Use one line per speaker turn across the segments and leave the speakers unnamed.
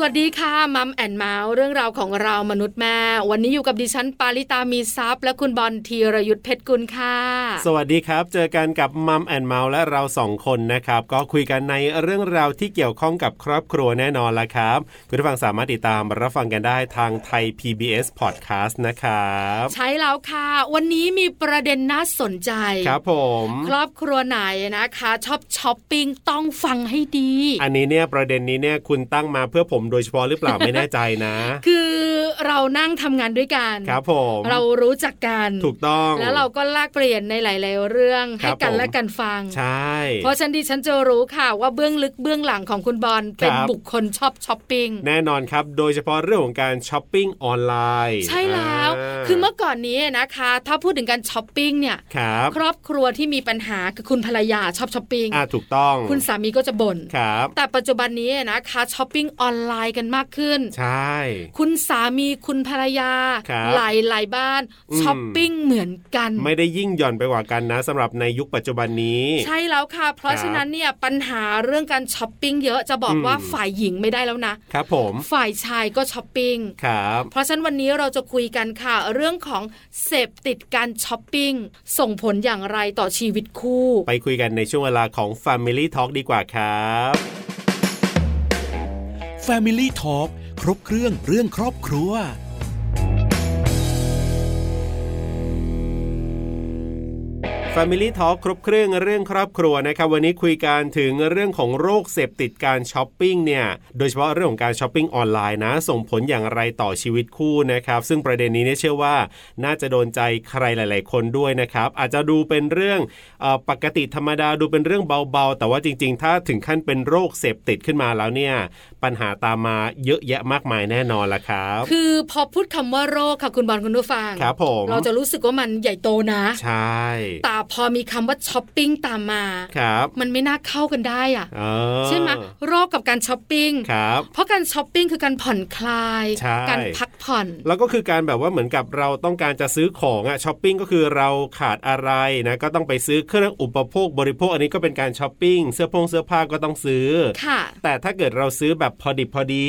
สวัสดีค่ะมัมแอนเมาส์เรื่องราวของเรามนุษย์แม่ วันนี้อยู่กับดิฉันปาริตามีซัพย์และคุณบอลธีรยุทธเพชรกุลค่ะ
สวัสดีครับ เจอกันกับมัมแอนเมาส์และเราสองคนนะครับ ก็คุยกันในเรื่องราวที่เกี่ยวข้องกับครอบครัวแน่นอนละครับ คุณผู้ฟังสามารถติดตามรับฟังกันได้ทางไทย PBS Podcast นะครับ
ใช้แล้วค่ะ วันนี้มีประเด็นน่าสนใจ
ครับผม
ครอบครัวไหนนะคะ ชอบช้อปปิ้งต้องฟังให้ดี
อันนี้เนี่ยประเด็นนี้เนี่ยคุณตั้งมาเพื่อผมโดยเฉพาะหรือเปล่า ไม่แน่ใจนะ
คือเรานั่งทำงานด้วยกัน
ครับผม
เรารู้จักกัน
ถูกต้อง
แล้วเราก็แลกเปลี่ยนในหลาย ๆ เรื่อง
ครั
ให้
บ
กัน
ผม
และกันฟัง
ใช่
เพราะฉะนันดิฉันจะรู้ค่ะว่าเบื้องลึกเบื้องหลังของคุณบอลเป็น
ครับ
บุคคลชอบช้อปปิ้ง
แน่นอนครับ โดยเฉพาะเรื่องของการช้อปปิ้งออนไลน์
ใช่แล้ว
า
คือเมื่อก่อนนี้นะคะ ถ้าพูดถึงการช้อปปิ้งเนี่ย
ครับ
ครอบครัวที่มีปัญหาคือคุณภรรยาชอบช้อปปิ้ง
อ่าถูกต้อง
คุณสามีก็จะบ่น
ครับ
แต่ปัจจุบันนี้นะคะช้อปปิ้งออนไลน์กันมากขึ้น
ใช่
คุณสามีคุณภรรยา
ครับ
หลายหลายๆบ้าน
อืม
ช้อปปิ้งเหมือนกัน
ไม่ได้ยิ่งหย่อนไปกว่ากันนะสำหรับในยุคปัจจุบันนี้
ใช่แล้วค่ะ เพราะ
ครับ
ฉะนั้นเนี่ยปัญหาเรื่องการช้อปปิ้งเยอะจะบอก
อืม
ว่าฝ่ายหญิงไม่ได้แล้วนะ
ครับผม
ฝ่ายชายก็ช้อปปิ้ง
ครับ
เพราะฉะนั้นวันนี้เราจะคุยกันค่ะ เรื่องของเสพติดการช้อปปิ้งส่งผลอย่างไรต่อชีวิตคู่
ไปคุยกันในช่วงเวลาของ Family Talk ดีกว่าครับ
Family Talk ครบเครื่องเรื่องครอบครัว
Family Talk ครบเครื่องเรื่องครอบครัวนะครับ วันนี้คุยกันถึงเรื่องของโรคเสพติดการช้อปปิ้งเนี่ยโดยเฉพาะเรื่องของการช้อปปิ้งออนไลน์นะ ส่งผลอย่างไรต่อชีวิตคู่นะครับ ซึ่งประเด็นนี้เนี่ยเชื่อว่าน่าจะโดนใจใครหลาย ๆ คนด้วยนะครับ อาจจะดูเป็นเรื่องเออปกติธรรมดาดูเป็นเรื่องเบา ๆ แต่ว่าจริง ๆ ถ้าถึงขั้นเป็นโรคเสพติดขึ้นมาแล้วเนี่ยปัญหาตามมาเยอะแยะมากมายแน่นอนละครับ
คือพอพูดคำว่าโรคค่ะคุณบอลคุณผู้ฟัง
ครับผม
เราจะรู้สึกว่ามันใหญ่โตนะ
ใช่
แต่พอมีคำว่าช้อปปิ้งตามมา
ครับ
มันไม่น่าเข้ากันได้อะ
เออ
ใช่ไหมโรคกับการช้อปปิ้ง
ครับ
เพราะการช้อปปิ้งคือการผ่อนคลาย
ใช่
การพักผ่อน
แล้วก็คือการแบบว่าเหมือนกับเราต้องการจะซื้อของอะช้อปปิ้งก็คือเราขาดอะไรนะก็ต้องไปซื้อเครื่องอุปโภคบริโภค อันนี้ก็เป็นการช้อปปิ้งเสื้อผงเสื้อผ้าก็ต้องซื้อ
ค่ะ
แต่ถ้าเกิดเราซื้อแบบพอดิบพอดี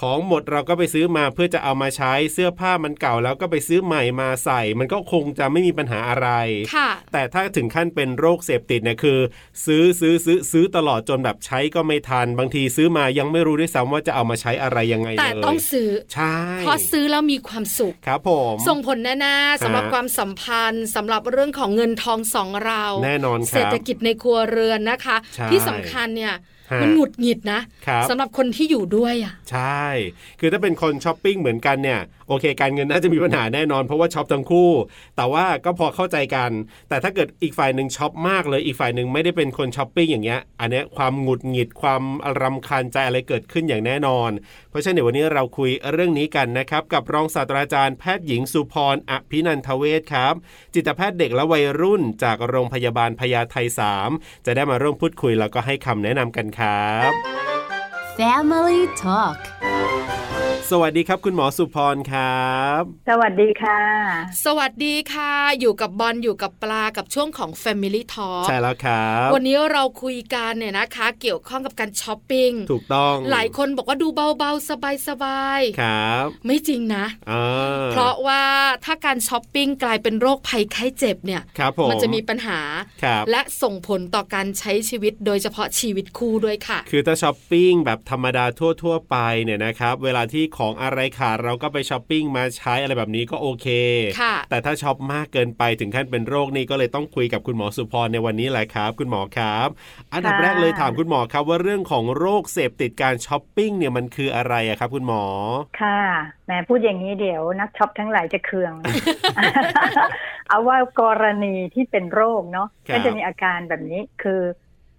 ของหมดเราก็ไปซื้อมาเพื่อจะเอามาใช้เสื้อผ้ามันเก่าแล้วก็ไปซื้อใหม่มาใส่ มันก็คงจะไม่มีปัญหาอะไร
ค่ะ
แต่ถ้าถึงขั้นเป็นโรคเสพติดเนี่ยคือ ซื้อซื้อซื้อซื้อตลอดจนแบบใช้ก็ไม่ทัน บางทีซื้อมายังไม่รู้ด้วยซ้ำว่าจะเอามาใช้อะไรยังไงเลย
แต่ต้องซื้อ
ใช่
เพราะซื้อแล้วมีความสุข
ครับผม
ส่งผลแน่ๆสำหรับ
ฮะ
ความสัมพันธ์สำหรับเรื่องของเงินทองสองเรา
แน่นอนค
เศรษ
รับ
ฐกิจในครัวเรือนนะคะ
ใช่
ที่สำคัญเนี่ย
ฮะ
มันหงุดหงิดนะครับ สำหรับคนที่อยู่ด้วยอ่ะ
ใช่ คือถ้าเป็นคนช้อปปิ้งเหมือนกันเนี่ยโอเค การเงินน่าจะมีปัญหาแน่นอนเพราะว่าช็อปทั้งคู่ แต่ว่าก็พอเข้าใจกัน แต่ถ้าเกิดอีกฝ่ายหนึ่งช็อปมากเลยอีกฝ่ายหนึ่งไม่ได้เป็นคนช้อปปิ้งอย่างเงี้ย อันเนี้ยความหงุดหงิดความรำคาญใจอะไรเกิดขึ้นอย่างแน่นอน เพราะฉะนั้นเดี๋ยววันนี้เราคุยเรื่องนี้กันนะครับ กับรองศาสตราจารย์แพทย์หญิงสุพรอภินันทเวชครับ จิตแพทย์เด็กและวัยรุ่นจากโรงพยาบาลพญาไท3จะได้มาร่วมพูดคุยแล้วก็ให้คำแนะนำกันครับ
Family Talk
สวัสดีครับ คุณหมอสุพรครับ
สวัสดีค่ะ
สวัสดีค่ะ อยู่กับบอลอยู่กับปลากับช่วงของ Family Talk
ใช่แล้วครับ
วันนี้เราคุยกันเนี่ยนะคะ เกี่ยวข้องกับการช้อปปิ้ง
ถูกต้อง
หลายคนบอกว่าดูเบาๆ สบาย
ครับ
ๆ ไม่จริงนะ
อ่า
เพราะว่าถ้าการช้อปปิ้งกลายเป็นโรคภัยไข้เจ็บเนี่ย
ครับผม
มันจะมีปัญหา
ครับ
และส่งผลต่อการใช้ชีวิตโดยเฉพาะชีวิตคู่ด้วยค่ะ
คือถ้าช้อปปิ้งแบบธรรมดาทั่ว ๆ ไปเนี่ยนะครับ เวลาที่ของอะไรขาดเราก็ไปช้อปปิ้งมาใช้อะไรแบบนี้ก็โอเค
ค่ะ
แต่ถ้าช็อปมากเกินไปถึงขั้นเป็นโรคนี่ก็เลยต้องคุยกับคุณหมอสุพรในวันนี้แหละครับ คุณหมอครับ อันดับ
ค่ะ
แรกเลยถามคุณหมอครับว่าเรื่องของโรคเสพติดการช้อปปิ้งเนี่ยมันคืออะไรอะครับ คุณหมอ
ค่ะแหมพูดอย่างนี้เดี๋ยวนักช็อปทั้งหลายจะเคือง เอาว่ากรณีที่เป็นโรคเนาะ
ครับ
ก็จะมีอาการแบบนี้คือ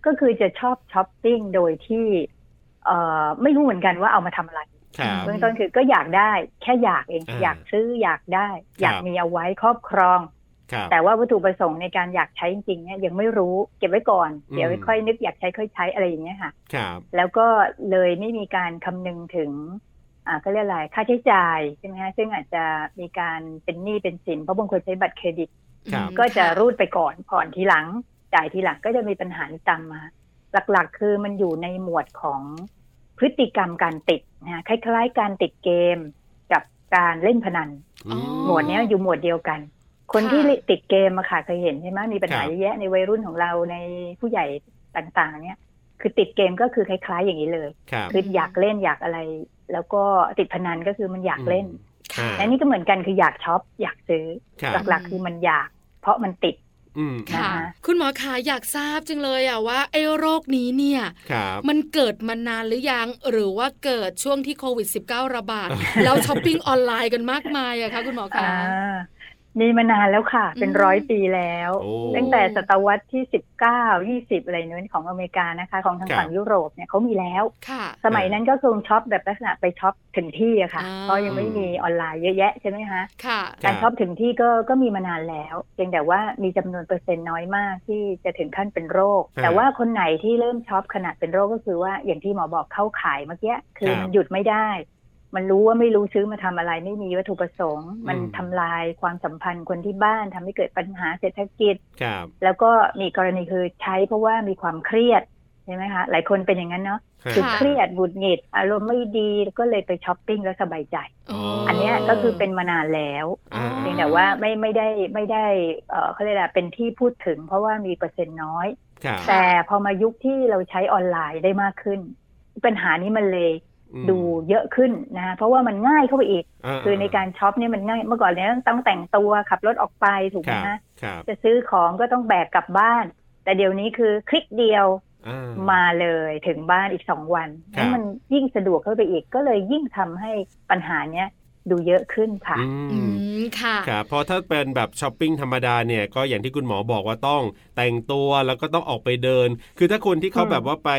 ก็คือจะชอบช้อปปิ้งโดยที่เอ่อไม่รู้เหมือนกันว่าเอามาทำอะไร
ครับ
เบื้องต้นคือก็อยากได้แค่อยากเอง
อ่า
อยากซื้ออยากได้ อยาก
ครับ
มีเอาไว้ครอบครอง
ครับ
แต่ว่าวัตถุประสงค์ในการอยากใช้จริงๆเนี่ยยังไม่รู้เก็บไว้ก่อน เดี๋ยว
อืม
ค่อยนึกอยากใช้ค่อยใช้อะไรอย่างเงี้ยค่ะ
ครับ
แล้วก็เลยไม่มีการคำนึงถึง อ่าก็เรียกอะไรค่าใช้จ่ายใช่ไหมฮะซึ่งอาจจะมีการเป็นหนี้เป็นสินเพราะบางคนใช้บัตรเครดิต
ครับ
อืม
ก็จะ
ค่ะ
รูดไปก่อนผ่อนทีหลัง แ จ่ายทีหลังก็จะมีปัญหาตามมา หลักๆ คือมันอยู่ในหมวดของพฤติกรรมการติดนะฮะคล้ายๆ การติดเกมกับการเล่นพนัน
อ๋อ
หมวดเนี้ยอยู่หมวดเดียวกัน คน
ค่ะ
ที่ติดเกมอะค่ะเคยเห็นใช่ไหมมีปัญหา
ครับ
เยอะแยะในวัยรุ่นของเราในผู้ใหญ่ต่าง ๆ เนี่ย คือติดเกมก็คือคล้าย ๆ อย่างนี้เลย
ครับ
คือ
ม
อยากเล่นอยากอะไร แล้วก็ติดพนันก็คือมันอยากเล่น
อ่า
อันนี้ก็เหมือนกันคืออยากช็อปอยากซื้อ
ครับ
หลักๆ คือมันอยาก เพราะมันติด
อืม
ค่ะ
นะคะ
คุณหมอขาอยากทราบจังเลยอะว่าไอ้โรคนี้เนี่ย
ครับ
มันเกิดมานานหรือยัง หรือว่าเกิดช่วงที่โควิด -19 ระบา ด แล้วช้อปปิ้งออนไลน์กันมากมายอะคะคุณหมอคะ
อ่ามีมานานแล้วค่ะ เป็น
อืม
ร้อยปีแล้ว
โอ้
ตั้งแต่ศตวรรษที่สิบเก้ายี่สิบอะไรนู้นของอเมริกานะคะ ของทาง
ครับ
ฝั่งยุโรปเนี่ยเขามีแล้ว
ค่ะ
สมัยนั้นก็คงช็อปแบบลักษณะไปช็อปถึงที่อะค่ะ
อ่า
เพราะยังไม่มีออนไลน์เยอะแยะใช่ไหมคะ
ค่ะ
ครั
กา
บ
รช็อปถึงที่ก็ก็มีมานานแล้วเพียงแต่ว่ามีจำนวนเปอร์เซ็นต์น้อยมากที่จะถึงขั้นเป็นโรค
ครับ
แต่ว่าคนไหนที่เริ่มช็อปขนาดเป็นโรคก็คือว่าอย่างที่หมอบอกเข้าขายเมื่อกี้คื
ค
อ
รับ
มันหยุดไม่ได้ มันรู้ว่าไม่รู้ซื้อมาทำอะไรไม่มีวัตถุประสงค์ มัน
อืม
ทำลายความสัมพันธ์คนที่บ้านทำให้เกิดปัญหาเศรษฐกิจ
ครับ
แล้วก็มีกรณีคือใช้เพราะว่ามีความเครียดใช่ไหมคะหลายคนเป็นอย่างนั้นเนาะ คือ
ค่ะ
เครียดหงุดหงิดอารมณ์ไม่ดีก็เลยไปช้อปปิ้งแล้วสบายใจ อันเนี้ยก็คือเป็นมานานแล้ว
อ่า
เพียงแต่ว่าไม่ไม่ได้ไม่ได้เอ่อเขาเรียกอะไรเป็นที่พูดถึง เพราะว่ามีเปอร์เซ็นต์น้อย
ครับ
แต่พอมายุคที่เราใช้ออนไลน์ได้มากขึ้น ปัญหานี้มันเลย
อืม
ดูเยอะขึ้นนะคะเพราะว่ามันง่ายเข้าไปอีก
า
คือในการช็อปเนี่ยมันง่ายเมื่อก่อนเนี้ยต้องแต่งตัวขับรถออกไปถูก
ค
ไหม
รับ
ฮะ
ครับ
จะซื้อของก็ต้องแบกกลับบ้าน แต่เดี๋ยวนี้คือคลิกเดียว
อ่
มาเลยถึงบ้านอีกสองวันนั้นมันยิ่งสะดวกเข้าไปอีกก็เลยยิ่งทำให้ปัญหาเนี้ยดูเยอะขึ้นค่ะ
อื
อื
ม
มค่ะ
ครับเพราะถ้าเป็นแบบช้อปปิ้งธรรมดาเนี่ยก็อย่างที่คุณหมอบอกว่าต้องแต่งตัวแล้วก็ต้องออกไปเดิน คือถ้าคนที่เขา
อืม
แบบว่าไป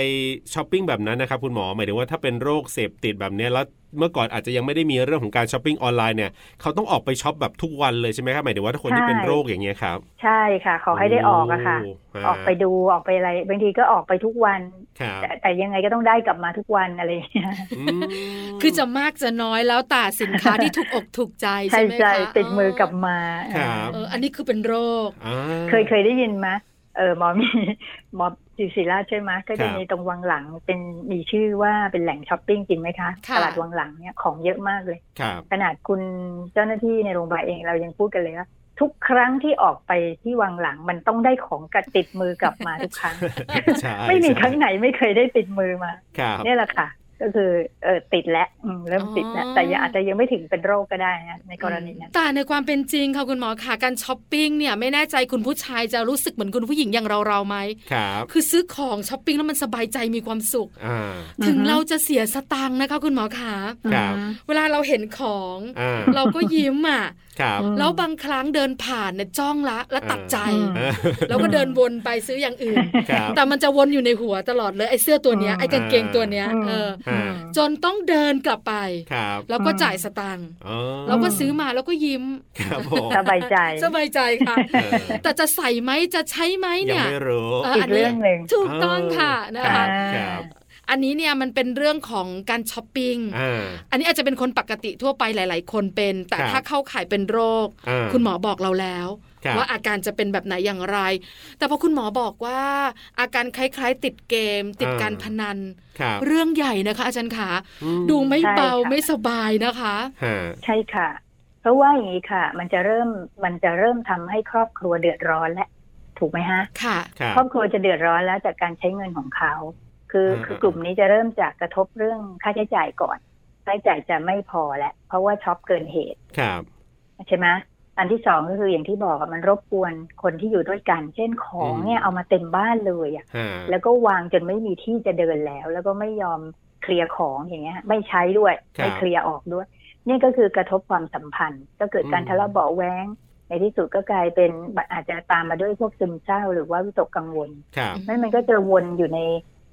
ช้อปปิ้งแบบนั้นนะครับคุณหมอหมายถึงว่าถ้าเป็นโรคเสพติดแบบเนี้ยแล้วเมื่อก่อนอาจจะยังไม่ได้มีเรื่องของการช้อปปิ้งออนไลน์เนี่ยเขาต้องออกไปช้อปแบบทุกวันเลยใช่ไหมครับหมายถึงว่าถ้าคนที่เป็นโรคอย่างเงี้ยครับ
ใช่ค่ะ ขอให้ได้ออกอะค่ะ
โฮ
ออกไปดูออกไปอะไรบางทีก็ออกไปทุกวัน
ครับ
แต่แต่ยังไงก็ต้องได้กลับมาทุกวันอะไรอย่าง เงี้ย
อืม
คือจะมากจะน้อยแล้วแต่สินค้าที่ถูกอกถูกใจใช่ไหม
ใช่
คะ
ติดมือกลับมา
ครับ
เอออันนี้คือเป็นโรค
อ่า
เคยเคยได้ยินไหมเออหมอมี หมอจิศิราชใช่ไหมก็จะมีตรงวังหลังเป็นมีชื่อว่าเป็นแหล่งช้อปปิ้งจริงไหมคะ
ค่ะ
ตลาดวังหลังเนี่ยของเยอะมากเลย
ครับ
ขนาดคุณเจ้าหน้าที่ในโรงพยาบาลเองเรายังพูดกันเลยว่าทุกครั้งที่ออกไปที่วังหลังมันต้องได้ของกระติดมือกลับมาทุกครั้ง
ใช่
ไม่มีครั้งไหนไม่เคยได้ติดมือมา
ครับ
เนี่ยแหละค่ะ ก็คือเออติดแล้วอืมเริ่มติดแล้ว
อ๋อ
แต่ยังอาจจะยังไม่ถึงเป็นโรคก็ได้นะในกรณีนั้น
แต่ในความเป็นจริงค่ะคุณหมอค่ะการช้อปปิ้งเนี่ยไม่แน่ใจคุณผู้ชายจะรู้สึกเหมือนคุณผู้หญิงอย่างเราเราๆไหม
ครับ
คือซื้อของช้อปปิ้งแล้วมันสบายใจมีความสุข
อ่า
อือฮึ
ถึงเราจะเสียสตังค์นะคะ คุณหมอขา
ครับ
เวลาเราเห็นข อง
อ่า
เราก็ยิ้มอ่ะ
ครับ
อืม
แล้วบางครั้งเดินผ่านเนี่ยจ้องละ แล้วตัดใจ
อืม
แล้วก็เดินวนไปซื้ออย่างอื่น
ครับ
แต่มันจะวนอยู่ในหัวตลอดเลยไอ้เสื้อตัวเนี้ย
อืม
ไอ้กางเกงตัวเนี้ย
อืม
เออ
ฮะ
อจนต้องเดินกลับไป
ครับ
แล้วก็จ่ายสตังค์
อ๋อ
แล้วก็ซื้อมาแล้วก็ยิ้ม
ครับผม
สบายใจ
สบายใจค่ะ
เอ อ
แต่จะใส่ไหมจะใช้ไหม
ยัง
เนี่ย
ไม่รู้
เออ
อี
อั
ก
น
เรื่
นี้
องหนึ่ง
ถูกต้องค่ะนะ
ค
คะ
รับ
อ่า
ครับ
อันนี้เนี่ยมันเป็นเรื่องของการช้อปปิ้ง
อ่า
อันนี้อาจจะเป็นคนปกติทั่วไปหลาย ๆ คนเป็น แต่
ครับ
ถ้าเข้าข่ายเป็นโรค
อ่า
คุณหมอบอกเราแล้ว
ครับ
ว่าอาการจะเป็นแบบไหนอย่างไร แต่พอคุณหมอบอกว่า อาการคล้าย ๆ ติดเกม ติดการพนัน
ครับ
เรื่องใหญ่นะคะ อาจารย์ขา
อื
ดูไม่
ใช่
เบา
ค่ะ
ไม่สบายนะคะ
ฮะ
ใช่ค่ะ เพราะว่าอย่างนี้ค่ะ มันจะเริ่มมันจะเริ่มทำให้ครอบครัวเดือดร้อนและถูกไหมฮะ
ค่ะ
ครับ
ครอบครัวจะเดือดร้อนแล้วจากการใช้เงินของเขา คือ
อ่า
คือกลุ่มนี้จะเริ่มจากกระทบเรื่องค่าใช้จ่ายก่อน ค่าใช้จ่ายจะไม่พอแหละ เพราะว่าช็อปเกินเหตุ
ครับ
ใช่ไหมอันที่สองก็คืออย่างที่บอกอะมันรบกวนคนที่อยู่ด้วยกัน เช่นของเนี่ยเอามาเต็มบ้านเลยอะ
ฮะ
แล้วก็วางจนไม่มีที่จะเดินแล้ว แล้วก็ไม่ยอมเคลียร์ของอย่างเงี้ย ไม่ใช้ด้วยไม่เคลียร์ออกด้วย นี่ก็คือกระทบความสัมพันธ์ ก็เกิดการทะเลาะเบาะแว้ง ในที่สุดก็กลายเป็นอาจจะตามมาด้วยพวกซึมเศร้า หรือว่าวิตกกังวล
ครับ
ไม่มันก็จะวนอยู่ใน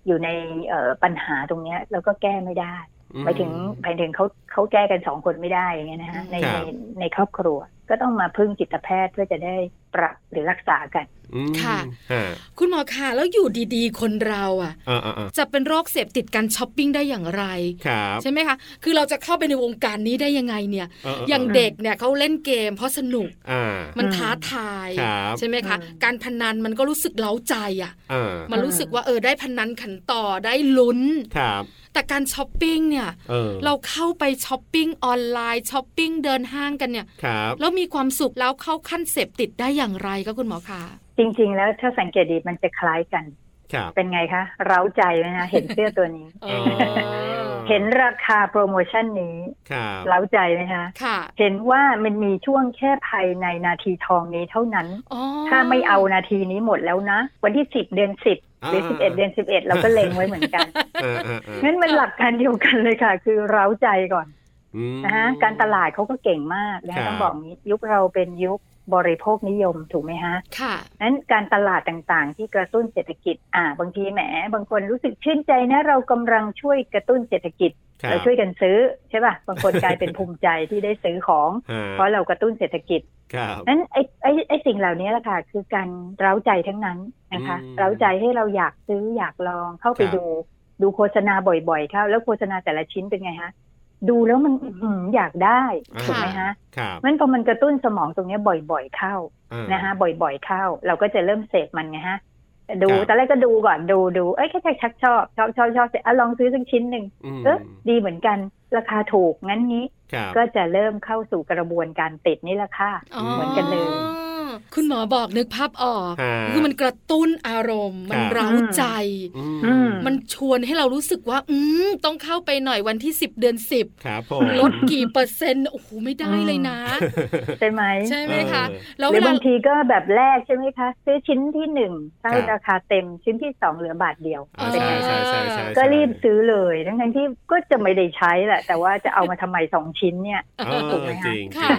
อยู่ในเอ่อปัญหาตรงเนี้ยแล้วก็แก้ไม่ได้
อื
หมายถึงหมายถึงเขาเขาแก้กันสองคนไม่ได้อย่างเงี้ยนะฮะใน
ครั
ใน
บ
ในครอบครัว ก็ต้องมาพึ่งจิตแพทย์เพื่อจะได้ ปรับหรือรักษากัน
อืม
ค่ะ
ฮะ
คุณหมอคะแล้วอยู่ดีๆ คนเราอ่ะ
อ่าอ่าอ่า
จะเป็นโรคเสพติดการช้อปปิ้งได้อย่างไร
ครับ
ใช่ไหมคะ คือเราจะเข้าไปในวงการนี้ได้ยังไงเนี่ย
เเ
อย่างเด็กเนี่ยเขาเล่นเกม เพราะสนุก
อ่า
มัน
อืม
ท้าทาย
ครับ
ใช่ไหมคะ
อืม
การพนันมันก็รู้สึกเล้าใจอ่ะ
อ่า
มันรู้สึกว่าเออได้พนันขันต่อได้ลุ้น
ครับ
แต่การช้อปปิ้งเนี่ย
เออ
เราเข้าไปช้อปปิ้งออนไลน์ช้อปปิ้งเดินห้างกันเนี่ย
ครับ
แล้วมีความสุขแล้วเข้าขั้นเสพติดได้อย่างไรก็คุณหมอคะ
จริง ๆ แล้วถ้าสังเกตดีมันจะคล้ายกัน
ครับ
เป็นไงคะ เร้าใจไหมคะเห็นเสื้อตัวนี้
เออ
เห็นราคาโปรโมชั่นนี้
ครับ
เร้าใจไหมคะ
ค่ะ
เห็นว่ามันมีช่วงแค่ภายในนาทีทองนี้เท่านั้น
อ๋อ
ถ้าไม่เอานาทีนี้หมดแล้วนะ วันที่สิบเดือนสิบหรืออา สิบเอ็ดเดือนสิบเอ็ดเราก็เล็งไว้เหมือนกัน
อ่าอ่าอ่า
งั้นมันหลักการเดียวกันเลยค่ะ คือเร้าใจก่อน
อืม
นะคะการตลาดเขาก็เก่งมากนะ
ครับ
คะต้องบอกงี้ยุคเราเป็นยุคบริโภคนิยมถูกไหมฮะ
ค่ะ
นั้นการตลาดต่างๆ ที่กระตุ้นเศรษฐกิจ อ่า บางทีแหม บางคนรู้สึกชื่นใจนะ เรากำลังช่วยกระตุ้นเศรษฐกิจ
ครับ
เราช่วยกันซื้อใช่ป่ะ บางคนกลายเป็นภูมิใจที่ได้ซื้อของ
ฮะ
เพราะเรากระตุ้นเศรษฐกิจ
ครับ
นั้นไอ้ไอ้ไอ้สิ่งเหล่านี้แหละค่ะ คือการเร้าใจทั้งนั้นนะคะ
อืม
เร้าใจให้เราอยากซื้ออยากลองเข้า
ค
ไป
รับ
ดู ดูโฆษณาบ่อยๆเข้าแล้วโฆษณาแต่ละชิ้นเป็นไงฮะ ดูแล้วมันอื้อหืออยากได้ถูกไหม
อ่า
ฮะ
ครับ
มันพอมันกระตุ้นสมองตรงเนี้ยบ่อยๆเข้า
อ่า
นะคะบ่อยๆเข้าเราก็จะเริ่มเสพมันไงฮะดู
ครับ
ตอนแรกก็ดูก่อนดูดูเอ้ยแค่ชักชอบชอบชอบชอบเสร็จอ่ะลองซื้อสักชิ้นหนึ่ง
ม
เออดีเหมือนกัน ราคาถูกงั้นนี้
ครับ
ก็จะเริ่มเข้าสู่กระบวนการติดนี่แหละค่ะ เหมือนกันเลย
คุณหมอบอกนึกภาพออก
ฮะ
คือมันกระตุ้นอารมณ์ มัน
ครับ
เร้าใจ
อืม
มันชวนให้เรารู้สึกว่า อืมต้องเข้าไปหน่อยวันที่ 10 เดือน
ครับผม
10 ลดกี่เปอร์เซ็นต์ โอ้โห ไม่ได้เลยนะ
ใช่ไหม
ใช่ไหมคะ
เออ
แล้ว
ห
เว
รือ
ลา
บางทีก็แบบแรกใช่ไหมคะ ซื้อชิ้นที่หนึ่งได้
ครับ
ราคาเต็มชิ้นที่สองเหลือบาทเดียว
อ่า
เป็น
ใช่
ไง
ใช่ใช่ใช่
ก็รีบซื้อเลยทั้งทั้งๆที่ก็จะไม่ได้ใช้แหละ แต่ว่าจะเอามาทำไมสองชิ้นเนี่ย
เออ
ถูกไหมคะ
จริง
ค่ะ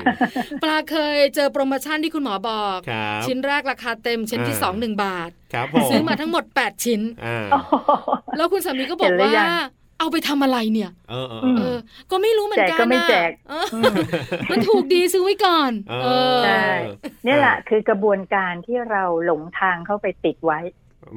ปลาเคยเจอโปรโมชั่นที่คุณหมอบอก
ๆครับ
ชิ้นแรกราคาเต็มชิ้นที่ 2 1 บาท
ครับผม
ซื้อมาทั้งหมด 8 ชิ้น
อ่า
โอ้โห
แล้วคุณสามีก็บอก
เห็นหรื
ว่า
อยัง
เอาไปทำอะไรเนี่ย
เออเออ
ม
เอ
เอ
อ
อ
ก็ไม่รู้เหมือนกัน
แจกก็ไม่แจก
เออมันถูกดีซื้อไว้ก่อน เออ
ใช่ เนี่ยแหละคือกระบวนการที่เราหลงทางเข้าไปติดไว้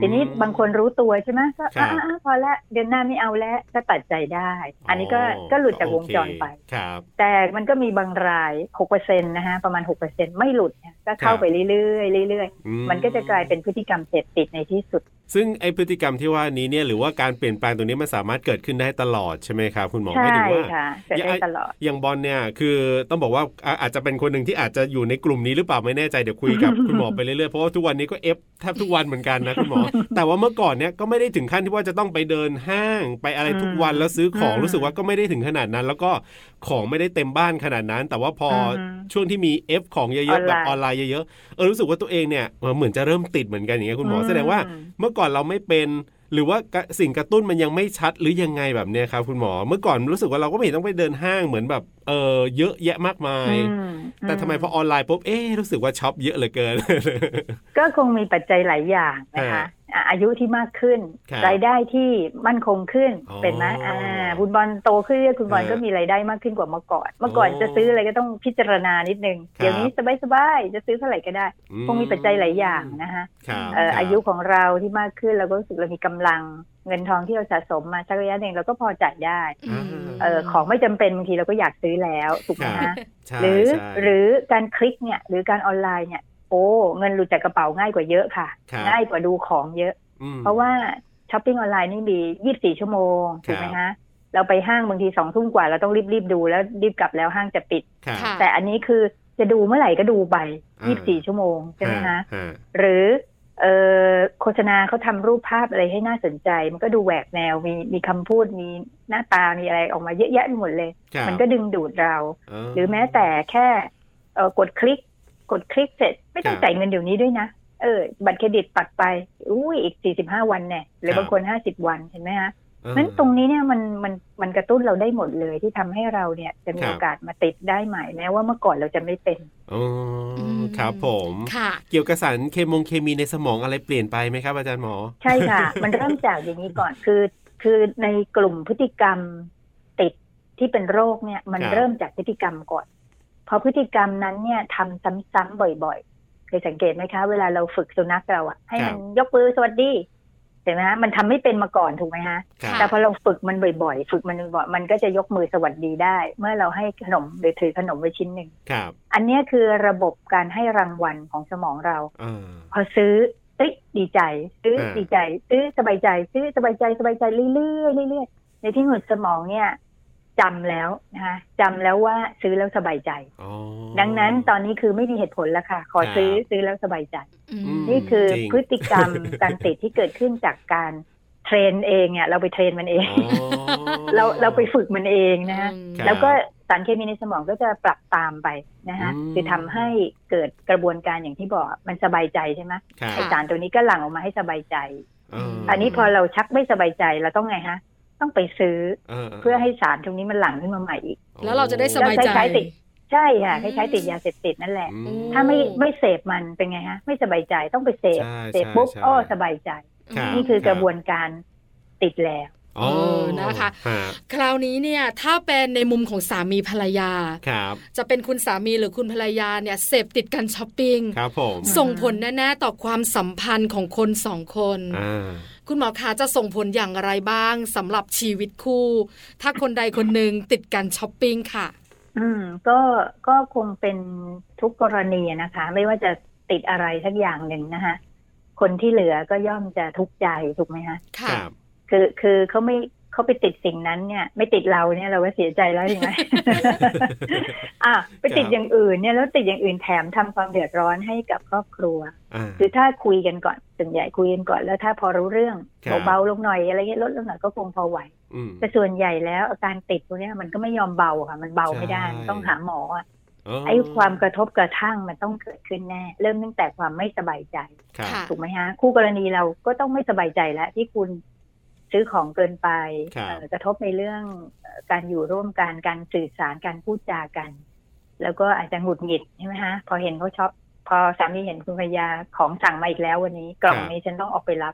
ทีนี้บางคนรู้ตัวใช่ไหมก็
ครับ
อ่ะอ่ะอ่ะพอละเดือนหน้าไม่เอาแล้วก็ตัดใจได้ อันนี้ก็
โ
ก็หลุดจากวงจรไป
โอเคครับ
แต่มันก็มีบางราย6%นะฮะประมาณ 6%ไม่หลุดนะก็เข้าไปเรื่อยๆเรื่อย
อื
ๆ มันก็จะกลายเป็นพฤติกรรมเสพติดในที่สุด
ซึ่งไอพฤติกรรมที่ว่านี้เนี่ยหรือว่าการเปลี่ยนแปลงตรงนี้มันสามารถเกิดขึ้นได้ตลอดใช่ไหมครับคุณหมอ
ใช่
หมายถึงว่า
ค่ะเกิดได้ตลอด
อย่างบอลเนี่ยคือต้องบอกว่าอ่ะอาจจะเป็นคนหนึ่งที่อาจจะอยู่ในกลุ่มนี้หรือเปล่าไม่แน่ใจเดี๋ยวคุยกับ คุณหมอไปเรื่อยๆเพราะว่าทุกวันนี้ก็เอฟแทบทุกวันเหมือนกันนะคุณหมอ แต่ว่าเมื่อก่อนเนี่ยก็ไม่ได้ถึงขั้นที่ว่าจะต้องไปเดินห้างไปอะไรทุกวันแล้วซื้อของ
อืม
รู้สึกว่าก็ไม่ได้ถึงขนาดนั้น แล้วก็ของไม่ได้เต็มบ้านขนาดนั้น แต่ว่าพออ
ม
ช่วงที่มีเอฟของเยอะๆแบบอ
อ
อ
อน น
ไล
ไลน์
น์เยอะๆเออรู้สึกว่าตัวเองเนี่ยเออเหมือนจะเริ่มติดเหมือนกันอย่างเงี้ยคุณหมอแสดงว่า
อืม
เมื่อก่อนเราไม่เป็น หรือว่ากระสิ่งกระตุ้นมันยังไม่ชัดหรือยังไงแบบเนี้ยครับคุณหมอเมื่อก่อนรู้สึกว่าเราก็ไม่เห็นต้องไปเดินห้างเหมือนแบบเออเยอะแยะมากมาย
อืม
แต่ทำไมพอออนไลน์ปุ๊บเอ๊ะรู้สึกว่าช็อปเยอะเหลือเกิน
ก็คงมีปัจจัยหลายอย่างนะคะอ่ะอายุที่มากขึ้น
ครับ
รายได้ที่มั่นคงขึ้น
อ๋อ
เป็นไหมอ่าบุญบอลโตขึ้นเรื่อยๆคุณบอล
เออ
ก็มีรายได้มากขึ้นกว่าเมื่อก่อน เมื่อก่อน
โอ้
จะซื้ออะไรก็ต้องพิจารณานิดนึง
ครับ
เดี๋ยวนี้สบายๆจะซื้อเท่าไหร่ก็ได้ คงมีปัจจัยหลายอย่างนะคะ
ครับ
เอ่
ค
อ
รับ
อายุของเราที่มากขึ้นเราก็รู้สึกเรามีกำลังเงินทองที่เราสะสมมาสักระยะหนึ่งเราก็พอจ่ายได้
อืม
เออของไม่จำเป็นบางทีเราก็อยากซื้อแล้วถูกไหม
ครับ
ฮะ
ใช่
หรือ
ใช่
หรือการคลิกเนี่ยหรือการออนไลน์เนี่ยโอ้เงินหลุดจากกระเป๋าง่ายกว่าเยอะค่ะ
ครับ
ง่ายกว่าดูของเยอะ
ม
เพราะว่าช้อปปิ้งออนไลน์นี่มี 24 ชั่วโมงถูกไห
ค
ม
รับ
ฮะเราไปห้างบางทีสองทุ่มกว่าเราต้องรีบๆดูแล้วรีบกลับแล้วห้างจะปิด
ครับ
ค่ะ
แต่อันนี้คือจะดูเมื่อไหร่ก็ดูไป
อ่า
24 ชั่วโมงใช่ไหมฮะ
ฮ
หรือเอ่อโฆษณาเขาทำรูปภาพอะไรให้น่าสนใจ มันก็ดูแหวกแนวมีมีคำพูดมีหน้าตามีอะไรออกมาเยอะแยะไปหมดเลย
ครับ
มันก็ดึงดูดเรา
เห
รือแม้แต่แค่เอ่อกดคลิก กดคลิกเสร็จไม่ต้อง
ครับ
จ่ายเงินเดี๋ยวนี้ด้วยนะ เออ บัตรเครดิตปัดไปอุ้ยอีก 45 วันเนี่ยหรือ
ครับ
บางคน 50 วันเห็นไหมฮะ
เออ
นั้นตรงนี้เนี่ยมันมันมันกระตุ้นเราได้หมดเลยที่ทำให้เราเนี่ยจะมี
ครับ
โอกาสมาติดได้ใหม่แม้ว่าเมื่อก่อนเราจะไม่เป็น
อ๋ออ
ม
ครับผม
ค่ะ
เกี่ยวกับสารเคมงเคมีในสมองอะไรเปลี่ยนไปไหมครับอาจารย์หมอ
ใช่ ค่ะ มันเริ่มจากอย่างนี้ก่อนคือ คือในกลุ่มพฤติกรรมติดที่เป็นโรคเนี่ย มัน
ครับ
เริ่มจากพฤติกรรมก่อน พอพฤติกรรมนั้นเนี่ยทำซ้ำๆบ่อย เคยสังเกตไหมคะ เวลาเราฝึกสุนัขเราอะให้มันยกมือสวัสดีเห็นไหมฮะมันทำไม่เป็นมาก่อนถูกไหมฮะ
ครับ
แต่พอเราฝึกมันบ่อยๆ ฝึกมันบ่อยๆมันก็จะยกมือสวัสดีได้ เมื่อเราให้ขนมหรือถือขนมไว้ชิ้นหนึ่ง
ครับ
อันเนี้ยคือระบบการให้รางวัลของสมองเรา
อ่า
พอซื้อติ๊กดีใจ ซื้อ
อ่า
ดีใจ ซื้อสบายใจ ซื้อสบายใจสบายใจเรื่อยๆเรื่อยๆในที่หนุดสมองเนี่ยจำแล้วนะคะจำแล้วว่าซื้อแล้วสบายใจ
อ๋อ
ดังนั้นตอนนี้คือไม่มีเหตุผลแล้วค่ะ ขอ
ครับ
ซื้อซื้อแล้วสบายใจ
อืม
ม
นี่คือ
จริง
พฤติกรรมการติดที่เกิดขึ้นจากการเทรนเองเนี่ยเราไปเทรนมันเอง
อ๋อ
เราเราไปฝึกมันเองนะฮะ
ครับ
แล้วก็สารเคมีในสมองก็จะปรับตามไปนะฮะ
อืม
คือทำให้เกิดกระบวนการอย่างที่บอกมันสบายใจใช่ไหม
ครับ
ไอสารตัวนี้ก็หลั่งออกมาให้สบายใจ
ม
อันนี้พอเราชักไม่สบายใจเราต้องไงฮะ ต้องไปซื้อเพื่อให้สารตรงนี้มันหลั่งขึ้นมาใหม่อีก
แล้วเราจะได้สบายใจ
แล้วใช้ติด ใช่ค่ะ
อื
ค
ม
ล้ายๆติดยาเสพติดนั่นแหละ
อืม
ถ้าไม่ไม่เสพมันเป็นไงฮะ ไม่สบายใจต้องไปเสพ
ใช่
เสพปุ๊บ
ใช่
อ้อสบายใจ
ครับ
นี่คือกระบวนการติดแล้ว
อ๋อ
นะคะ
ฮะ
คราวนี้เนี่ยถ้าเป็นในมุมของสามีภรรยา
ครับ
จะเป็นคุณสามีหรือคุณภรรยาเนี่ยเสพติดกันช้อปปิ
ค้
ง
รับผม
ส่งผลแน่ๆต่อความสัมพันธ์ของคนสองคน
อ่า
คุณหมอคะจะส่งผลอย่างไรบ้างสำหรับชีวิตคู่ ถ้าคนใดคนหนึ่งติดกันช้อปปิ้งค่ะ
อืมก็ก็คงเป็นทุกกรณีนะคะ ไม่ว่าจะติดอะไรสักอย่างหนึ่งนะคะคนที่เหลือก็ย่อมจะทุกข์ใจถูกไหมคะ
ค่ะ
ครับ
คือคือเขาไม่เขาไปติดสิ่งนั้นเนี่ย ไม่ติดเราเนี่ยเราก็เสียใจแล้วใช่ไหม อ่ะไปติด
ครับ
อย่างอื่นเนี่ยแล้วติดอย่างอื่นแถมทำความเดือดร้อนให้กับครอบครัว
อ่า
คือถ้าคุยกันก่อนส่วนใหญ่คุยกันก่อนแล้วถ้าพอรู้เรื่อง
ครับ
เบาๆลงหน่อยอะไรเงี้ยลดลงหน่อยก็คงพอไหว
ม
แต่ส่วนใหญ่แล้วอาการติดพวกเนี้ยมันก็ไม่ยอมเบาค่ะ มันเบาไม่ได้
ใช่
ต้องหาหมออะ
อ๋อ
ไอ้ความกระทบกระทั่งมันต้องเกิดขึ้นแน่ เริ่มตั้งแต่ความไม่สบายใจ
ครับ
ค่ะ
ถูกไหมฮะ คู่กรณีเราก็ต้องไม่สบายใจแล้วที่คุณซื้อของเกินไป
ครับ
เอ่อกระทบในเรื่องเอ่อการอยู่ร่วมกันการสื่อสารการพูดจากัน แล้วก็อาจจะหงุดหงิดใช่ไหมฮะ พอเห็นเขาช็อปพอสามีเห็นคุณภรรยาของสั่งมาอีกแล้ววันนี้ กล่องนี้ฉันต้องออกไปรับ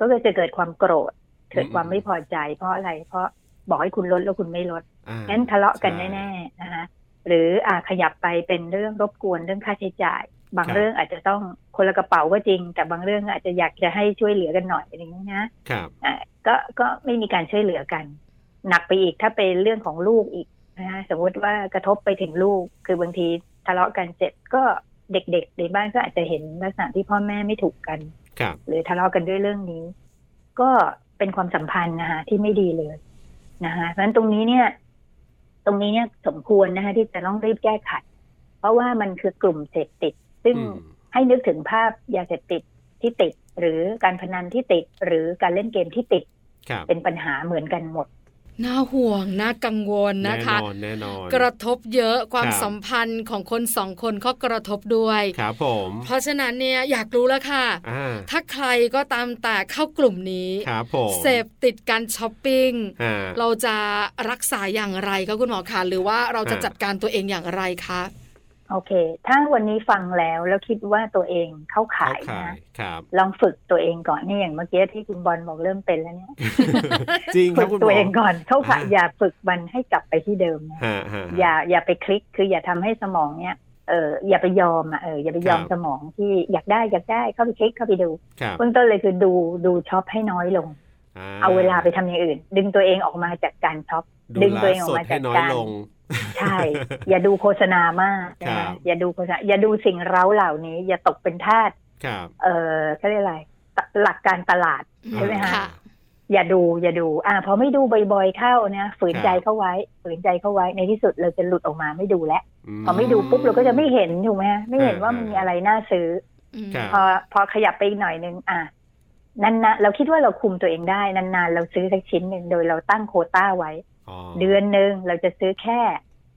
ก็เลยจะเกิดความโกรธ เกิดความไม่พอใจ เพราะอะไร เพราะบอกให้คุณลดแล้วคุณไม่ลด
อ่า
งั้นทะเลาะกัน
ใช่
แน่ๆนะคะหรืออ่าขยับไปเป็นเรื่องรบกวนเรื่องค่าใช้จ่าย บาง
ครับ
เรื่องอาจจะต้องคนละกระเป๋าก็จริง แต่บางเรื่องอาจจะอยากจะให้ช่วยเหลือกันหน่อยอะไรอย่างนี้นะครับ อ่าก็ก็ไม่มีการช่วยเหลือกัน หนักไปอีกถ้าเป็นเรื่องของลูกอีกนะคะสมมติว่ากระทบไปถึงลูก คือบางทีทะเลาะกันเสร็จก็เด็กๆในบ้านก็อาจจะเห็นลักษณะที่พ่อแม่ไม่ถูกกัน
ครับ
หรือทะเลาะกันด้วยเรื่องนี้ ก็เป็นความสัมพันธ์นะคะที่ไม่ดีเลยนะคะเพราะฉะนั้นตรงนี้เนี่ย ตรงนี้เนี่ยสมควรนะคะที่จะต้องรีบแก้ไขเพราะว่ามันคือกลุ่มเสพติด ซึ่ง
อืม
ให้นึกถึงภาพยาเสพติดที่ติด หรือการพนันที่ติด หรือการเล่นเกมที่ติด
ครับ
เป็นปัญหาเหมือนกันหมด
น่าห่วง น่ากังวลนะคะ
แน่นอนแน่นอน
กระทบเยอะความ
ครับ
สัมพันธ์ของคนสองคนก็กระทบด้วย
ครับผม
เพราะฉะนั้นเนี่ยอยากรู้แล้วค่ะ
อ่า
ถ้าใครก็ตามแต่เข้ากลุ่มนี้
ครับผม
เสพติดการช้อปปิ้ง
อ่า
เราจะรักษาอย่างไรคะคุณหมอคะหรือว่าเราจะ
อ่า
จัดการตัวเองอย่างไรคะ
โอเค ถ้าวันนี้ฟังแล้วแล้วคิดว่าตัวเองเข้า
เข้า
ขาย
ข่า
นะ
ยครับ
ลองฝึกตัวเองก่อนนี่อย่างเมื่อกี้ที่คุณบอลบอกเริ่มเป็นแล้วเนี่ย
จริงค
ฝึ
รับ
ก
คุณหมอ
ตัวเองก่อนเข้าขาย
อ่า
อย่าฝึกมันให้กลับไปที่เดิมนะ
ฮะฮะฮะ
อย่าอย่าไปคลิกคืออย่าทำให้สมองเนี่ยเอออย่าไปยอมอ่ะเอออย่าไปยอม
ครับ
สมองที่อยากได้อยากได้เข้าไปคลิกเข้าไปดู
ครับ
เบื้องต้นเลยคือดูดูช็อปให้น้อยลง เอาเวลาไปทำอย่างอื่น ดึงตัวเองออกมาจากการช็อป
ดู
ดึง
ไล
ตัวเอง
ฟ์
ออ
สด
กมา
ให้
จาก
น้อย
การ
ลง
ใช่ อย่าดูโฆษณามาก
ครั
นะ
บ
อย่าดูโฆษณาอย่าดูสิ่งเร้าเหล่านี้ อย่าตกเป็นทาส
ครับ
เออเขาเรียกอะไรตหลักการตลาด ใช่ไหมคะ อย่าดูอย่าดู อ่าพอไม่ดูบ่อยๆเข้านะฝืน
ครับ
ใจเข้าไว้ฝืนใจเข้าไว้ในที่สุดเราจะหลุดออกมาไม่ดูแล้ว
ม
พอไม่ดูปุ๊บเราก็จะไม่เห็นถูกไหมฮะไม่เห็น
อ่า
ว่ามันมีอะไรน่าซื้อ
อืม
ครับ
พอพอขยับไปอีกหน่อยนึงอ่ะนานๆเราคิดว่าเราคุมตัวเองได้นานๆ เราซื้อสักชิ้นหนึ่งโดยเราตั้งโควต้าไว้
อ๋
เดือนหนึ่งเราจะซื้อแค่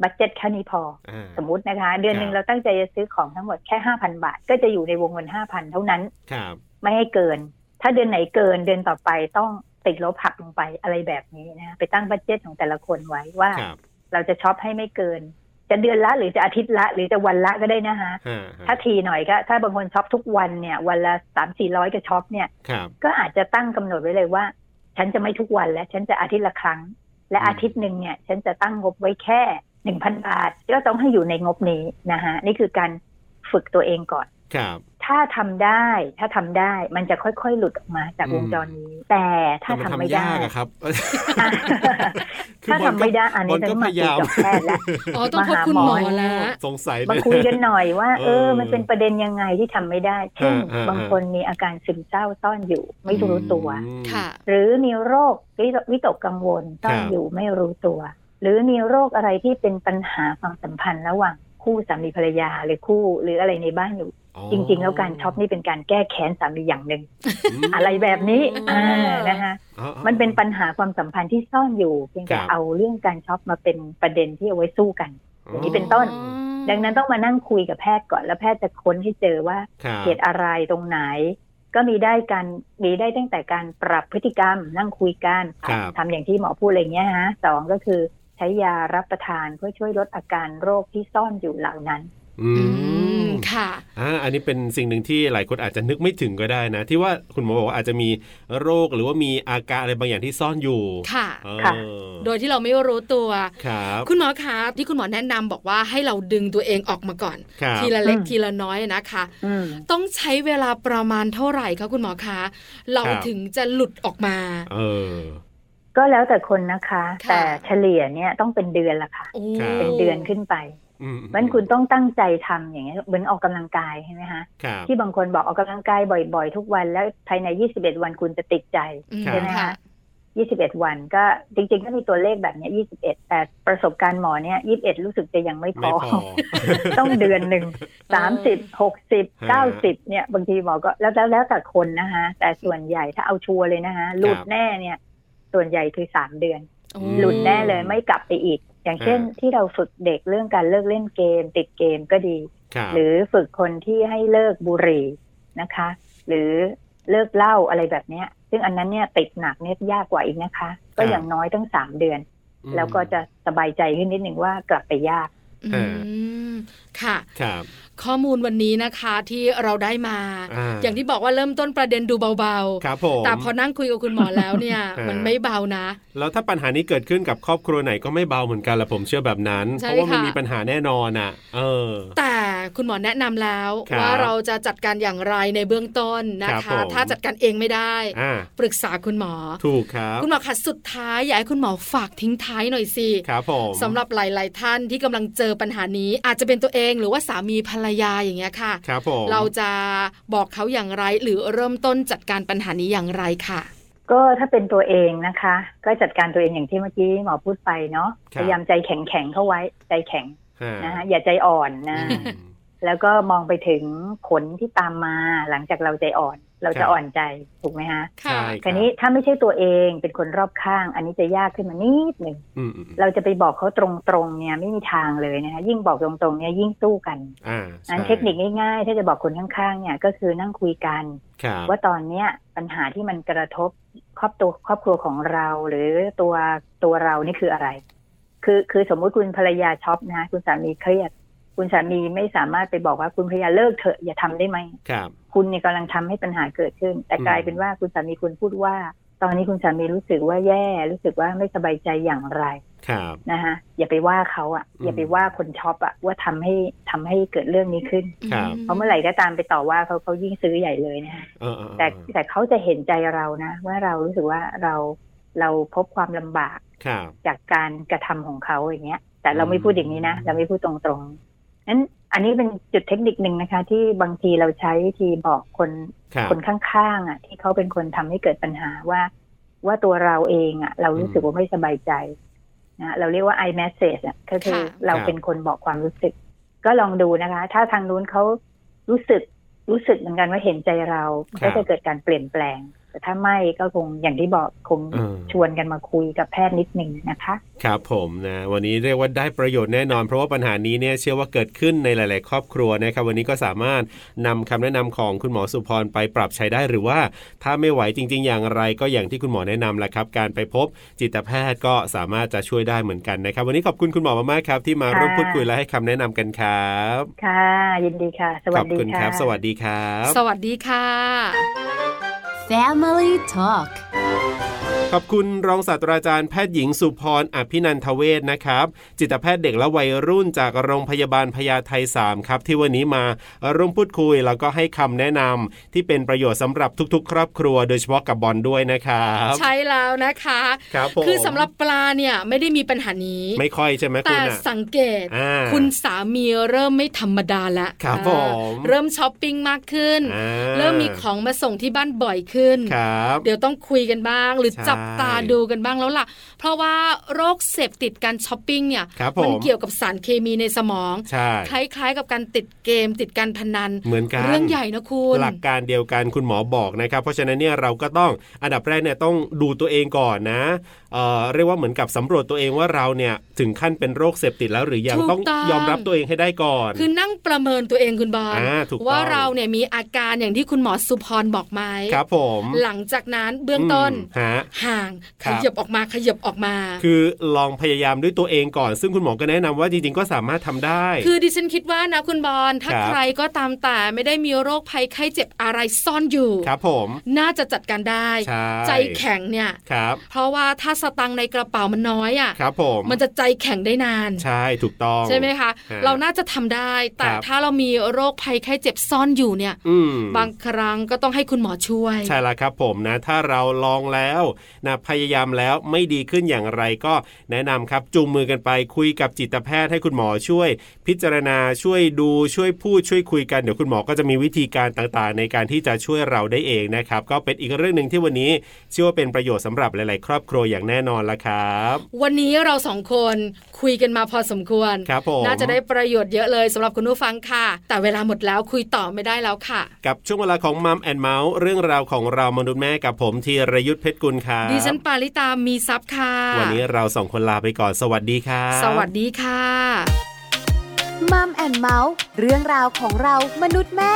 บัตเจ็ตแค่นี้พอ
อ่า
สมมตินะคะ เดือนหนึ่
ครับ
งเราตั้งใจจะซื้อของทั้งหมดแค่ห้าพันบาท ก็จะอยู่ในวงเงินห้าพันเท่านั้น
ครับ
ไม่ให้เกิน ถ้าเดือนไหนเกินเดือนต่อไปต้องติดลบหักลงไปอะไรแบบนี้นะคะไปตั้งบัตเจ็ตของแต่ละคนไว้ว่า
ครับ
เราจะช็อปให้ไม่เกิน จะเดือนละหรือจะอาทิตย์ละ หรือจะวันละก็ได้นะคะ
ฮะฮะ
ถ้าทีหน่อยก็ถ้าบางคนช็อปทุกวันเนี่ย วันละสามสี่ร้อยก็ช็อปเนี่ย
ครับ
ก็อาจจะตั้งกำหนดไว้เลยว่า ฉันจะไม่ทุกวันและฉันจะอาทิตย์ละครั้ง และ
อืม
อาทิตย์หนึ่งเนี่ย ฉันจะตั้งงบไว้แค่หนึ่งพันบาทก็ต้องให้อยู่ในงบนี้นะคะนี่คือการฝึกตัวเองก่อน
ครับ
ถ้าทำได้ถ้าทำได้มันจะค่อยๆ หลุดออกมาจาก
อืม
วงจรนี้ แต่ถ้า
แต่
ทำ
น
ไม่ได้
ยากอะครับ
ถ้าทำไม่ได้อัน
บ
นี้
ล
ต้
ก็
อง
พ
มาคุ
ยาย ยาม
กับแพท ย์แล้ว
อ๋อต้องพบคุณหมอแล้ว
สงสัย
มา
เล
คุยกันหน่อยว่า เออ
เออ
มันเป็นประเด็นยังไงที่ทำไม่ได้เช่น
อ่าอ่าอ่า
บางคนมีอาการซึมเศร้าซ่อนอยู่ ไม่รู้ตัว
อืม
ค่ะ
หรือมีโรควิตวิตกกังวลซ่อน
ครับ
อยู่ไม่รู้ตัว หรือมีโรคอะไรที่เป็นปัญหาความสัมพันธ์ระหว่างคู่สามีภรรยาหรือคู่ หรืออะไรในบ้านอยู่
อ๋อ
จริง ๆ แล้วการช็อปนี่เป็นการแก้แค้นสามีอย่างหนึ่ง
ม
อะไรแบบนี้
อืม
อ่านะคะ
อ๋อ
มันเป็นปัญหาความสัมพันธ์ที่ซ่อนอยู่เพียงแต่
ครับ
เอาเรื่องการช็อปมาเป็นประเด็นที่เอาไว้สู้กัน อย่างนี้เป็นต้น
อ๋อ
ดังนั้นต้องมานั่งคุยกับแพทย์ก่อนแล้วแพทย์จะค้นให้เจอว่า
ครับ
เหตุอะไรตรงไหน ก็มีได้การมีได้ตั้งแต่การปรับพฤติกรรม นั่งคุยกัน
ครับ
ทำอย่างที่หมอพูดอะไรเงี้ยฮะสองก็คือใช้ยารับประทานเพื่อช่วยลดอาการโรคที่ซ่อนอยู่เหล่านั้น
อื
อืม
ม
ค่ะ
อ่าอันนี้เป็นสิ่งหนึ่งที่หลายคนอาจจะนึกไม่ถึงก็ได้นะ ที่ว่าคุณหมอบอกว่าอาจจะมีโรคหรือว่ามีอาการอะไรบางอย่างที่ซ่อนอยู่
ค่ะ
เอ
ค่ะ
อ
โดยที่เราไม่รู้ตัว
ครับ
คุณหมอคะที่คุณหมอแนะนำบอกว่าให้เราดึงตัวเองออกมาก่อน
ครับ
ทีละเล็ก
อืม
ทีละน้อยนะคะ
อืม
ต้องใช้เวลาประมาณเท่าไหร่คะคุณหมอคะ เรา
ครับ
ถึงจะหลุดออกมา
เออ
ก็แล้วแต่คนนะคะ
ค่ะ
แต่เฉลี่ยเนี่ยต้องเป็นเดือนละค่ะ
โอ้
ครับ
เป็นเดือนขึ้นไป
อืม
มันคุณต้องตั้งใจทำอย่างเงี้ยเหมือนออกกำลังกายใช่ไหมคะ
ครับ
ที่บางคนบอกออกกำลังกายบ่อยๆ ทุกวันแล้วภายใน 21 วันคุณจะติดใจ
อืม
ใช่
ใช่ไหม
ไหม
ค่ะ
คะ21 วันก็จริงๆ ก็มีตัวเลขแบบเนี้ย21 แต่ประสบการณ์หมอเนี่ย21 รู้สึกจะยังไม่พ
ไม่
อ
พอ
ต้องเดือน หนึ่ง 30 60
ฮะ
90 เนี่ย บางทีหมอก็แล้วแล้วแล้วแต่คนนะคะแต่ส่วนใหญ่ถ้าเอาชัวร์เลยนะคะหลุด
ครับ
แน่เนี่ย ส่วนใหญ่คือ 3 เดือน
โอ้
หลุดแน่เลยไม่กลับไปอีก อย่างเช่น
ฮะ
ที่เราฝึกเด็กเรื่องการเลิกเล่นเกม ติดเกมก็ดี
ครับ
หรือฝึกคนที่ให้เลิกบุหรี่นะคะ หรือเลิกเหล้าอะไรแบบเนี้ย ซึ่งอันนั้นเนี่ยติดหนักเนี่ยยากกว่าอีกนะคะ ก็อย่างน้อยต้องสามเดือน
ม
แล้วก็จะสบายใจขึ้นนิดหนึ่งว่ากลับไปยาก
อื
เออ
มค่ะ
ครับ
ข้อมูลวันนี้นะคะที่เราได้มา
อ่า
อย่างที่บอกว่าเริ่มต้นประเด็นดูเบา
ครับผม
ๆ แต่พอนั่งคุยกับคุณหมอแล้ว เนี่ย
อ่ามั
มันไม่เบานะ
แล้วถ้าปัญหานี้เกิดขึ้นกับครอบครัวไหนก็ไม่เบาเหมือนกันละผมเชื่อแบบนั้น
ใช่
เพราะว่ามัน
ค่ะ
มีปัญหาแน่นอนอ่ะ เออ
แต่คุณหมอแนะนำแล้ว
ครับ
ว่าเราจะจัดการอย่างไรในเบื้องต้นนะ
ครั
คะ
บผม
ถ้าจัดการเองไม่ได้
อ่า
ปรึกษาคุณหมอ
ถูกครับ
คุณหมอคะสุดท้ายอยากให้คุณหมอฝากทิ้งท้ายหน่อยสิ
ครับผม
สำหรับหลาย ๆ ท่านที่กำลังเจอปัญหานี้ อาจจะเป็นตัวเองหรือว่าสามีภรรยาอย่างเงี้ยค่ะ
ครับผม
เราจะบอกเขาอย่างไร หรือเริ่มต้นจัดการปัญหานี้อย่างไรค่ะ
ก็ถ้าเป็นตัวเองนะคะ ก็จัดการตัวเองอย่างที่เมื่อกี้หมอพูดไปเนาะ
ครั
พ
บ
ยายามใจแข็งแข็งๆเข้าไว้ใจแข็ง
ฮะ
นะคะอย่าใจอ่อนนะ
อืม
แล้วก็มองไปถึงผลที่ตามมาหลังจากเราใจอ่อน เรา
ครั
จะ
บ
อ่อนใจถูกไหมฮะ
ใช่
คราวนี้ถ้าไม่ใช่ตัวเองเป็นคนรอบข้าง อันนี้จะยากขึ้นมานิดหนึ่ง
อืมอืมอืม
เราจะไปบอกเขาตรงๆเนี่ยไม่มีทางเลยนะคะยิ่งบอกตรงๆเนี่ยยิ่งสู้กัน
อ่า
อัน
ใช่
เทคนิคง่ายๆ ถ้าจะบอกคนข้างๆเนี่ยก็คือนั่งคุยกัน
ครับ
ว่าตอนเนี้ยปัญหาที่มันกระทบครอบตัวครอบครัวของเรา หรือตัวตัวเรานี่คืออะไร คือคือสมมุติคุณภรรยาช็อปนะคุณสามีเครียด คุณสามีไม่สามารถไปบอกว่าคุณภรรยาเลิกเถอะอย่าทำได้ไหม
ครับ
คุณเนี่ยกำลังทำให้ปัญหาเกิดขึ้น แต่
อืม
กลายเป็นว่าคุณสามีคุณพูดว่า ตอนนี้คุณสามีรู้สึกว่าแย่ รู้สึกว่าไม่สบายใจอย่างไร
ครับ
นะคะอย่าไปว่าเขาอะ่ะ
อืม
อย่าไปว่าคนช็อปอะ่ะว่าทำให้ทำให้เกิดเรื่องนี้ขึ้น
ครับ
เพราะเมื่อไหร่ก็ตามไปต่อว่าเขาเขายิ่งซื้อใหญ่เลยนะคะ
เออเออเออ
แต่แต่เขาจะเห็นใจเรานะว่าเรารู้สึกว่าเราเราพบความลำบาก
ครับ
จากการกระทำของเขาอย่างเงี้ย แต่เราไม่พูดอย่างนี้นะ
อืม
เราไม่พูดตรงๆนั้นอันนี้เป็นจุดเทคนิคหนึ่งนะคะ ที่บางทีเราใช้ทีบอกคน
ครับ
คนข้างๆอ่ะที่เขาเป็นคนทำให้เกิดปัญหาว่า ว่าตัวเราเองอ่ะ เรารู้สึกว่าไม่สบายใจนะเราเรียกว่า i message อ่ะก็คือ
ค่ะ
เราเป็นคนบอกความรู้สึก ก็ลองดูนะคะ ถ้าทางนู้นเขารู้สึกรู้สึกเหมือนกันว่าเห็นใจเรา ก็จะเกิดการเปลี่ยนแปลง แต่ถ้าไม่ก็คงอย่างที่บอกคง
เออ
ชวนกันมาคุยกับแพทย์นิดหนึ่งนะคะ
ครับผมนะวันนี้เรียกว่าได้ประโยชน์แน่นอน เพราะว่าปัญหานี้เนี่ยเชื่อว่าเกิดขึ้นในหลาย ๆ ครอบครัวนะครับวันนี้ก็สามารถนำคำแนะนำของคุณหมอสุพรไปปรับใช้ได้หรือว่า ถ้าไม่ไหวจริง ๆ อย่างไร ก็อย่างที่คุณหมอแนะนำแหละครับ การไปพบจิตแพทย์ก็สามารถจะช่วยได้เหมือนกันนะครับ วันนี้ขอบคุณคุณหมอมากๆครับ ที่มาร่วม
ค่ะ
พูดคุยและให้คำแนะนำกันครับ
ค่ะ ยินดีค่ะ ส
ข
วัส
อบ
ดี
คุณค
ค่ะ
รับ สวัสดีครับ
สวัสดีค่ะ
Family Talk
ขอบคุณรองศาสตราจารย์แพทย์หญิงสุพรอภินันทเวชนะครับ จิตแพทย์เด็กและวัยรุ่นจากโรงพยาบาลพญาไท3ครับ ที่วันนี้มาร่วมพูดคุยแล้วก็ให้คำแนะนำที่เป็นประโยชน์สำหรับทุกๆ ครอบครัว โดยเฉพาะกับบอลด้วยนะครับ
ใช่แล้วนะคะ
ครับผม
คือสำหรับปลาเนี่ยไม่ได้มีปัญหานี้
ไม่ค่อยใช่ไหมคุ
แต่
ณอะ
สังเกต
อ่า
คุณสามีเริ่มไม่ธรรมดาละ
ครับผม
เริ่มช้อปปิ้งมากขึ้น
อ่า
เริ่มมีของมาส่งที่บ้านบ่อยขึ้น
ครับ
เดี๋ยวต้องคุยกันบ้าง หรือ
ใช่
จับตาดูกันบ้างแล้วล่ะ เพราะว่าโรคเสพติดการช้อปปิ้งเนี่ย
ครับผม
มันเกี่ยวกับสารเคมีในสมอง
ใช่
คล้ายๆ กับการติดเกมติดการพนัน
เหมือนกัน
เรื่องใหญ่นะคุณ
หลักการเดียวกันคุณหมอบอกนะครับ เพราะฉะนั้นเนี่ยเราก็ต้องอันดับแรกเนี่ยต้องดูตัวเองก่อนนะเอ่อเรียกว่าเหมือนกับสำรวจตัวเองว่าเราเนี่ยถึงขั้นเป็นโรคเสพติดแล้วหรือยัง
ถูกต้
ต้
อ
อง งยอมรับตัวเองให้ได้ก่อน
คือนั่งประเมินตัวเองคุณบอล
อ่าถูกต้อง
ว่าเราเนี่ยมีอาการอย่างที่คุณหมอสุพรบอกไหม
ครับผม
หลังจากนั้นเบื้องต้น
มฮะ
ห่าง
ค
ข
รับ
ยับออกมาขยับออกมา
คือลองพยายามด้วยตัวเองก่อน ซึ่งคุณหมอก็แนะนำว่าจริงๆก็สามารถทำได้
คือดิฉันคิดว่านะคุณบอลถ้า
ครับ
ใครก็ตามแต่ไม่ได้มีโรคภัยไข้เจ็บอะไรซ่อนอยู่
ครับผม
น่าจะจัดการได้
ใช่
ใจแข็งเนี่ย
ครับ
เพราะว่าถ้าสตังค์ในกระเป๋ามันน้อยอะ
ครับผม่
ะ มันจะใจแข็งได้นาน
ใช่ถูกต้อง
ใช่ไหมคะ
ฮะ
เราน่าจะทำได้แต่
ครับ
ถ้าเรามีโรคภัยไข้เจ็บซ่อนอยู่เนี่ย
อืม
บางครั้งก็ต้องให้คุณหมอช่วย
ใช่แล้วครับผมนะ ถ้าเราลองแล้วนะพยายามแล้วไม่ดีขึ้นอย่างไรก็แนะนำครับจูงมือกันไปคุยกับจิตแพทย์ให้คุณหมอช่วย พิจารณาช่วยดูช่วยพูดช่วยคุยกันเดี๋ยวคุณหมอก็จะมีวิธีการต่างๆ ในการที่จะช่วยเราได้เองนะครับ ก็เป็นอีกเรื่องหนึ่งที่วันนี้เชื่อว่าเป็นประโยชน์สำหรับหลายๆ ครอบครัวอย่างแน่นอนละครับ
วันนี้เราสองคนคุยกันมาพอสมควร
ครับผม
น่าจะได้ประโยชน์เยอะเลยสำหรับคุณผู้ฟังค่ะ แต่เวลาหมดแล้วคุยต่อไม่ได้แล้วค่ะ
กับช่วงเวลาของมัมแอนเมาส์เรื่องราวของเรามนุษย์แม่กับผมธีรยุทธเพชรกุลครับ
ดิฉันปาริตามีซับค่ะ
วันนี้เราสองคนลาไปก่อนสวัสดีครับ
สวัสดีค่ะ
มัมแอนเมาส์เรื่องราวของเรามนุษย์แม่